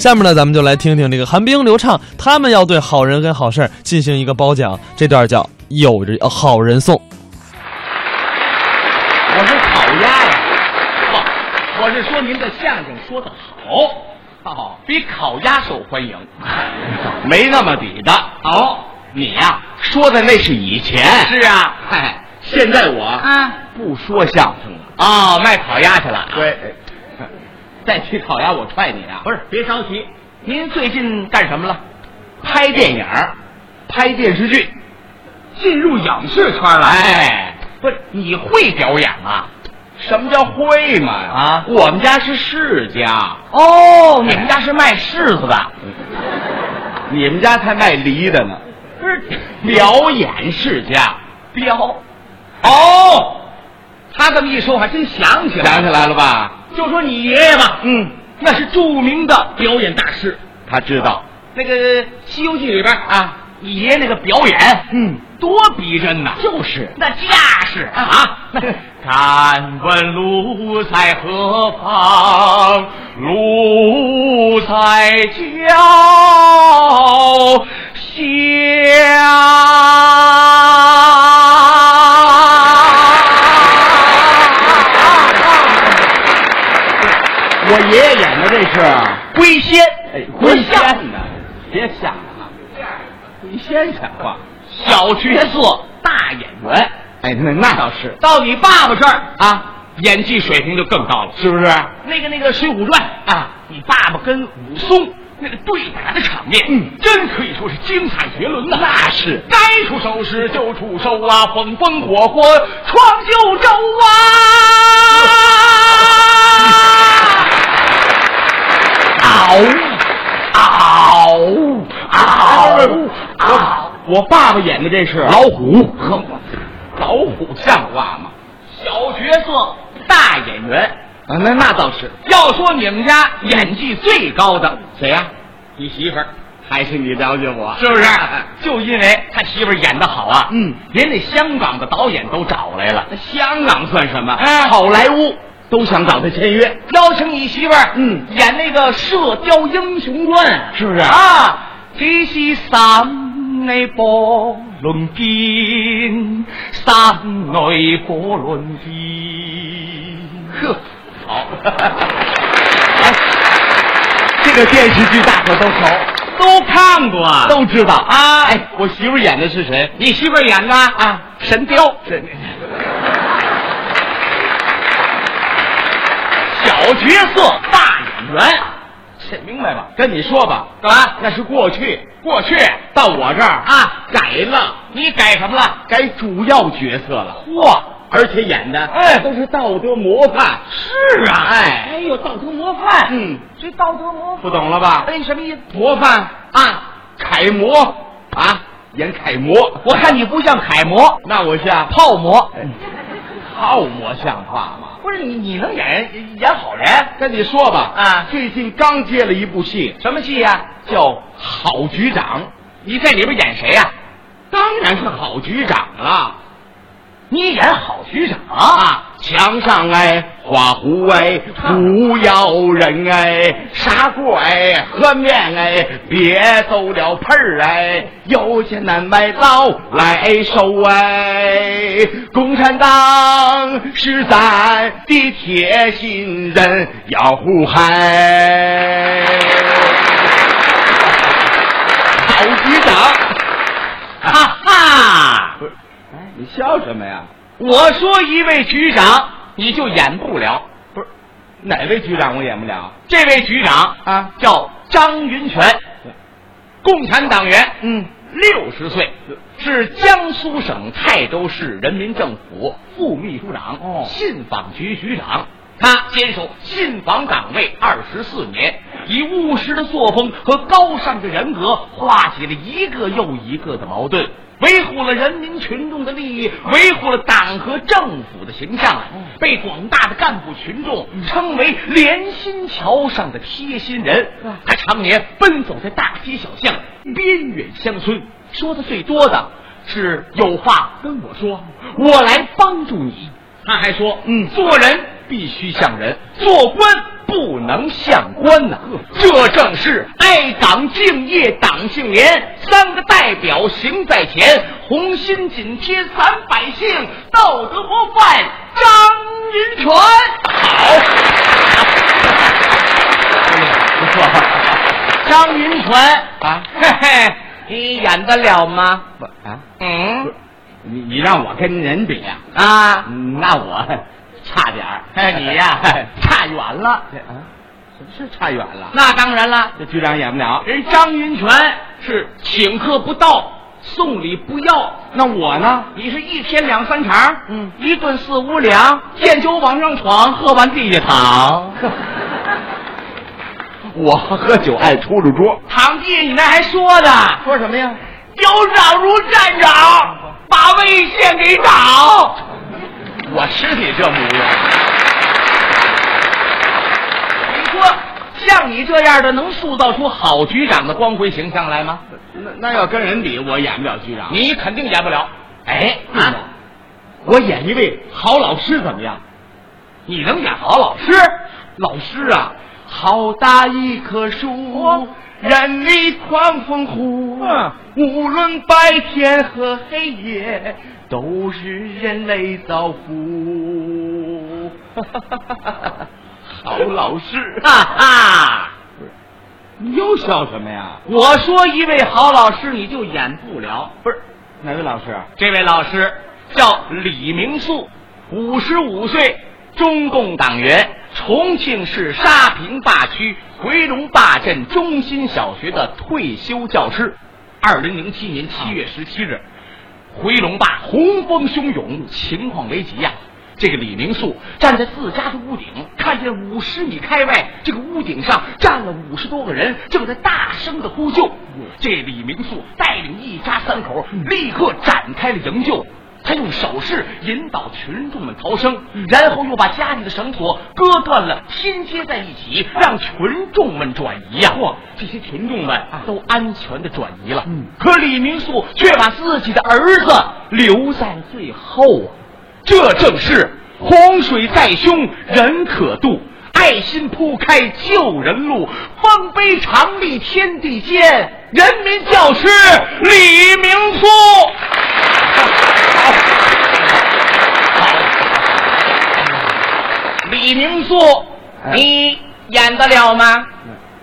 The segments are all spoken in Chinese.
下面呢，咱们就来听听这个韩冰、刘畅他们要对好人跟好事儿进行一个褒奖，这段叫“有着呃好人送我是烤鸭呀，不，我是说您的相声说的好，哦，比烤鸭受欢迎， 没那么比的。哦，你呀、说的那是以前，是啊，嗨，现在我啊不说相声了，哦，卖烤鸭去了。对， 再提烤鸭我踹你啊！不是，别着急，您最近干什么了？拍电影儿，拍电视剧。进入影视圈了。哎，不是，你会表演啊？什么叫会嘛？啊，我们家是世家。哦，你们家是卖柿子的，你们家才卖梨的呢。不是， 表演世家，表。哦，他这么一说，我还真想起来，想起来了吧？就说你爷爷吧，嗯，那是著名的表演大师。他知道、那个《西游记》里边啊，你爷爷那个表演，嗯，多逼真呐！就是，那架势 啊！敢问路在何方？路在脚下。我爷爷演的这是龟仙，哎，龟仙呢？别想了，龟仙什么？小角色，大演员。哎，那那倒是。到你爸爸这儿啊，演技水平就更高了，是不是？那个那个《水浒传》啊，你爸爸跟武松。那个对打的场面，嗯，真可以说是精彩绝伦呐、那是，该出手时就出手啊，风风火火闯九州啊！啊 嗷嗷嗷嗷！我爸爸演的这是老虎，哼，老虎像话吗？小角色，大演员啊，那那倒是。要说你们家演技最高的谁呀、你媳妇儿。还是你了解我， 是不是？就因为他媳妇儿演的好啊，嗯，连那香港的导演都找来了。香港算什么？哎，好莱坞都想找他签约，邀请你媳妇儿，嗯，演那个《射雕英雄传》，是不是啊？只是山内波轮边，山内波轮边。呵， 好。这个电视剧大伙都熟，都看过啊，都知道啊。哎，我媳妇演的是谁？你媳妇演的啊，神雕。神小角色大演员，这明白吧？跟你说吧，干嘛？那是过去，啊过去到我这儿啊，改了。你改什么了？改主要角色了。嚯！而且演的哎都是道德模范。是啊，哎，哎呦，道德模范。嗯，这道德模范不懂了吧？哎，什么意思？模范啊，楷模啊，演楷模。我看你不像楷模，那我像泡馍。泡馍像话吗？不是你，你能演演好人？跟你说吧，啊，最近刚接了一部戏，什么戏呀、叫《好局长》。你在里边演谁呀、当然是好局长了。你演好局长啊！墙上哎，画虎哎，不要人哎，砂锅哎，喝面哎，别走了盆儿哎，有钱难买早来收哎。共产党是咱的铁心人，要呼喊。好局长。哈哈！不是，哎，你笑什么呀？我说一位局长，你就演不了。不是，哪位局长我演不了？这位局长啊，叫张云泉，共产党员，嗯，六十岁，是江苏省泰州市人民政府副秘书长，哦信访局局长。他坚守信访岗位二十四年，以务实的作风和高尚的人格，化解了一个又一个的矛盾，维护了人民群众的利益，维护了党和政府的形象，被广大的干部群众称为“连心桥上的贴心人”。他常年奔走在大街小巷、边远乡村，说的最多的是有话跟我说，我来帮助你。他还说，嗯，做人必须像人，做官不不能相关呐、这正是爱党敬业党庆年，三个代表行在前，红心紧贴咱百姓，道德模范张云泉。好。不错， 张云泉啊，嘿嘿，你演得了吗？不啊，嗯，你你让我跟人比啊？啊，那我差点哎，你 呀、差远了啊。是差远了，那当然了，这局长演不了。人张云泉是请客不到，送礼不要。那我呢？你是一天两三场，嗯，一顿四五两，见酒往上闯，喝完地下躺。我喝酒爱出出桌，堂弟，你那还说呢？说什么呀？有长如站长，把魏县给倒。我吃你这模样。你说，像你这样的，能塑造出好局长的光辉形象来吗？那那要跟人比，我演不了局长。你肯定演不了。哎为什啊么！我演一位好老师怎么样？你能演好老师？老师啊，好大一棵树，任你狂风呼。无论白天和黑夜，都是人类造 福。好老师，哈哈，你又笑什么呀？我说一位好老师，你就演不了。不是，哪位老师？这位老师叫李明素，五十五岁，中共党员，重庆市沙坪坝区回龙坝镇中心小学的退休教师。二零零七年七月十七日，回龙坝洪峰汹涌，情况危急呀、这个李明素站在自家的屋顶，看见五十米开外这个屋顶上站了五十多个人，正在大声的呼救。这李明素带领一家三口立刻展开了营救。他用手势引导群众们逃生，然后又把家里的绳索割断了，拼接在一起，让群众们转移呀、哇，这些群众们都安全的转移了，可李明素却把自己的儿子留在最后啊！这正是洪水在胸，人可渡。爱心铺开救人路，丰碑长立天地间。人民教师李明素。 李明素，哎你演得了吗？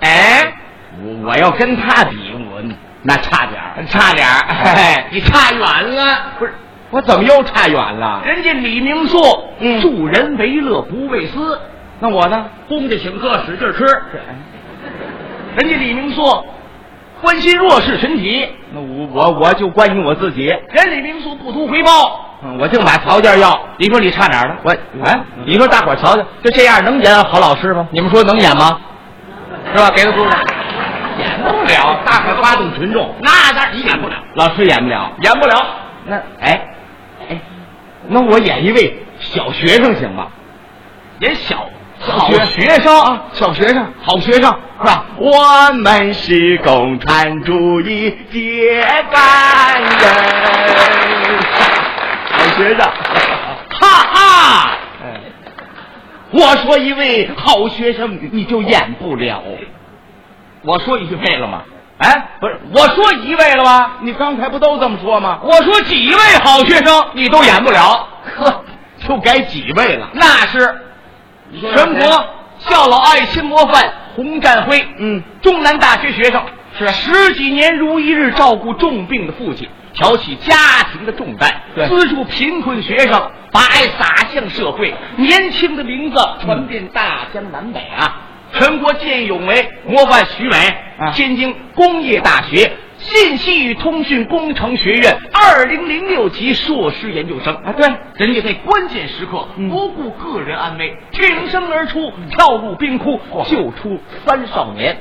哎，嗯我我要跟他比，我那差点儿。哎差点儿，嘿嘿 你差远了。不是，我怎么又差远了？人家李明素，嗯助人为乐不为私，那我呢？公家请客使劲吃。人家李明素关心弱势群体，那我我我就关心我自己，人李明素不图回报。嗯我净把条件要。你说你差哪儿了？我哎，你说大伙儿瞧瞧，就这样能演好老师吗？你们说能演吗？是吧？给他鼓掌。 演不了，大可发动群众，那当然你演不了，老师演不了。演不了。那哎哎，那我演一位小学生行吗？演小好好学生啊，小学生，好学生是吧？我们是共产主义铁杆人，好学生。哎哈哈，我说一位好学生，你就演不了。我说一位了吗？哎，不是，我说一位了吗？你刚才不都这么说吗？我说几位好学生你都演不了，呵，就改几位了。那是说全谁国孝老爱心模范洪占辉，嗯，中南大学学生，是十几年如一日照顾重病的父亲，挑起家庭的重担，对资助贫困学生，把爱洒向社会，年轻的名字传遍大江南北啊！全国见义勇为模范徐伟，啊天津工业大学信息与通讯工程学院二零零六级硕士研究生啊，对，人家在关键时刻嗯不顾个人安危，挺身而出，跳入冰窟，救出三少年。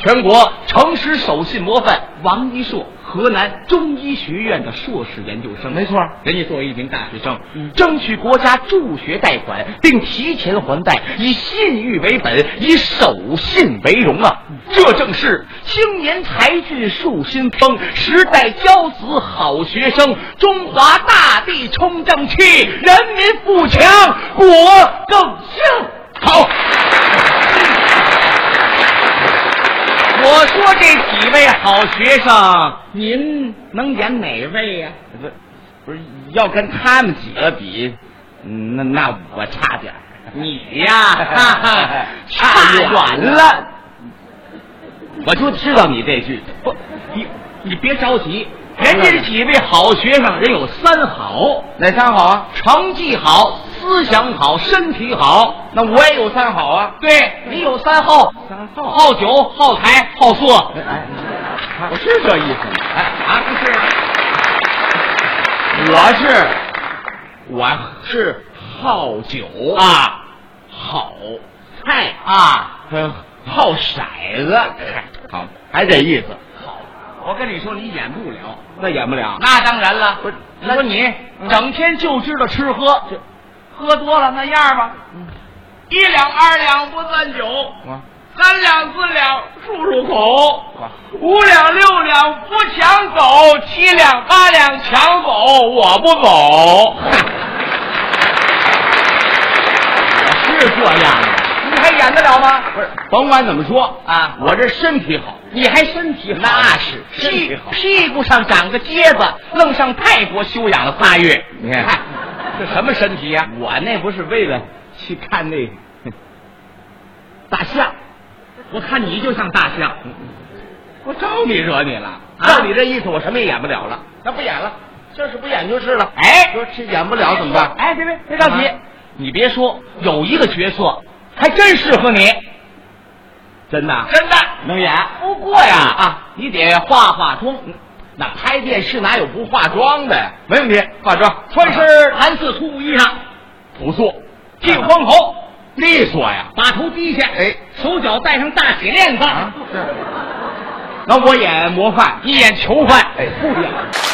全国诚实守信模范王一硕，河南中医学院的硕士研究生，没错嗯人家作为一名大学生，争取国家助学贷款，并提前还贷，以信誉为本，以守信为荣啊！嗯这正是青年才俊树新风，时代骄子好学生，中华大地充正气，人民富强，国更兴。好。我说这几位好学生，您能演哪位呀、不，不是要跟他们几个比，那那我差点。你呀、哈哈， 差远了。我就知道你这句。不，你你别着急，人家这几位好学生，人有三好，哪三好啊？成绩好，思想好，身体好。那我也有三好啊。对你有三好，三好好酒、好财、好色。哎，我是这意思吗？哎啊，不是，我是我是好酒啊，啊，好菜啊，好骰子，哎好，还这意思，好。我跟你说，你演不了。那演不了。那当然了，不是，你说你整天就知道吃喝，喝多了那样吧，嗯一两二两不算酒，我三两四两漱漱口哇，五两六两不抢走，七两八两抢走，我不走。 是这样的，你还演得了吗？不是，甭管怎么说啊我这身体好，你还身体好，那是身体好屁屁股上长个疖子，愣上泰国休养了仨月。你看哎这什么身体呀、我那不是为了去看那 大象， 我看你就像大象，嗯我招你惹你了？啊照你这意思，我什么也演不了了。那不演了，就是不演就是了。哎，说这演不了怎么办？哎，别别别着急啊，你别说，有一个角色还真适合你，真的啊真的能演？哎不过呀啊，你得化化妆，那拍电视哪有不化妆的呀？没问题，化妆，穿穿身身蓝色粗布衣裳，朴素，剃光头，利索呀。把头低下，哎，啊手脚戴上大铁链子，那我演模范，你演囚犯，哎，不演。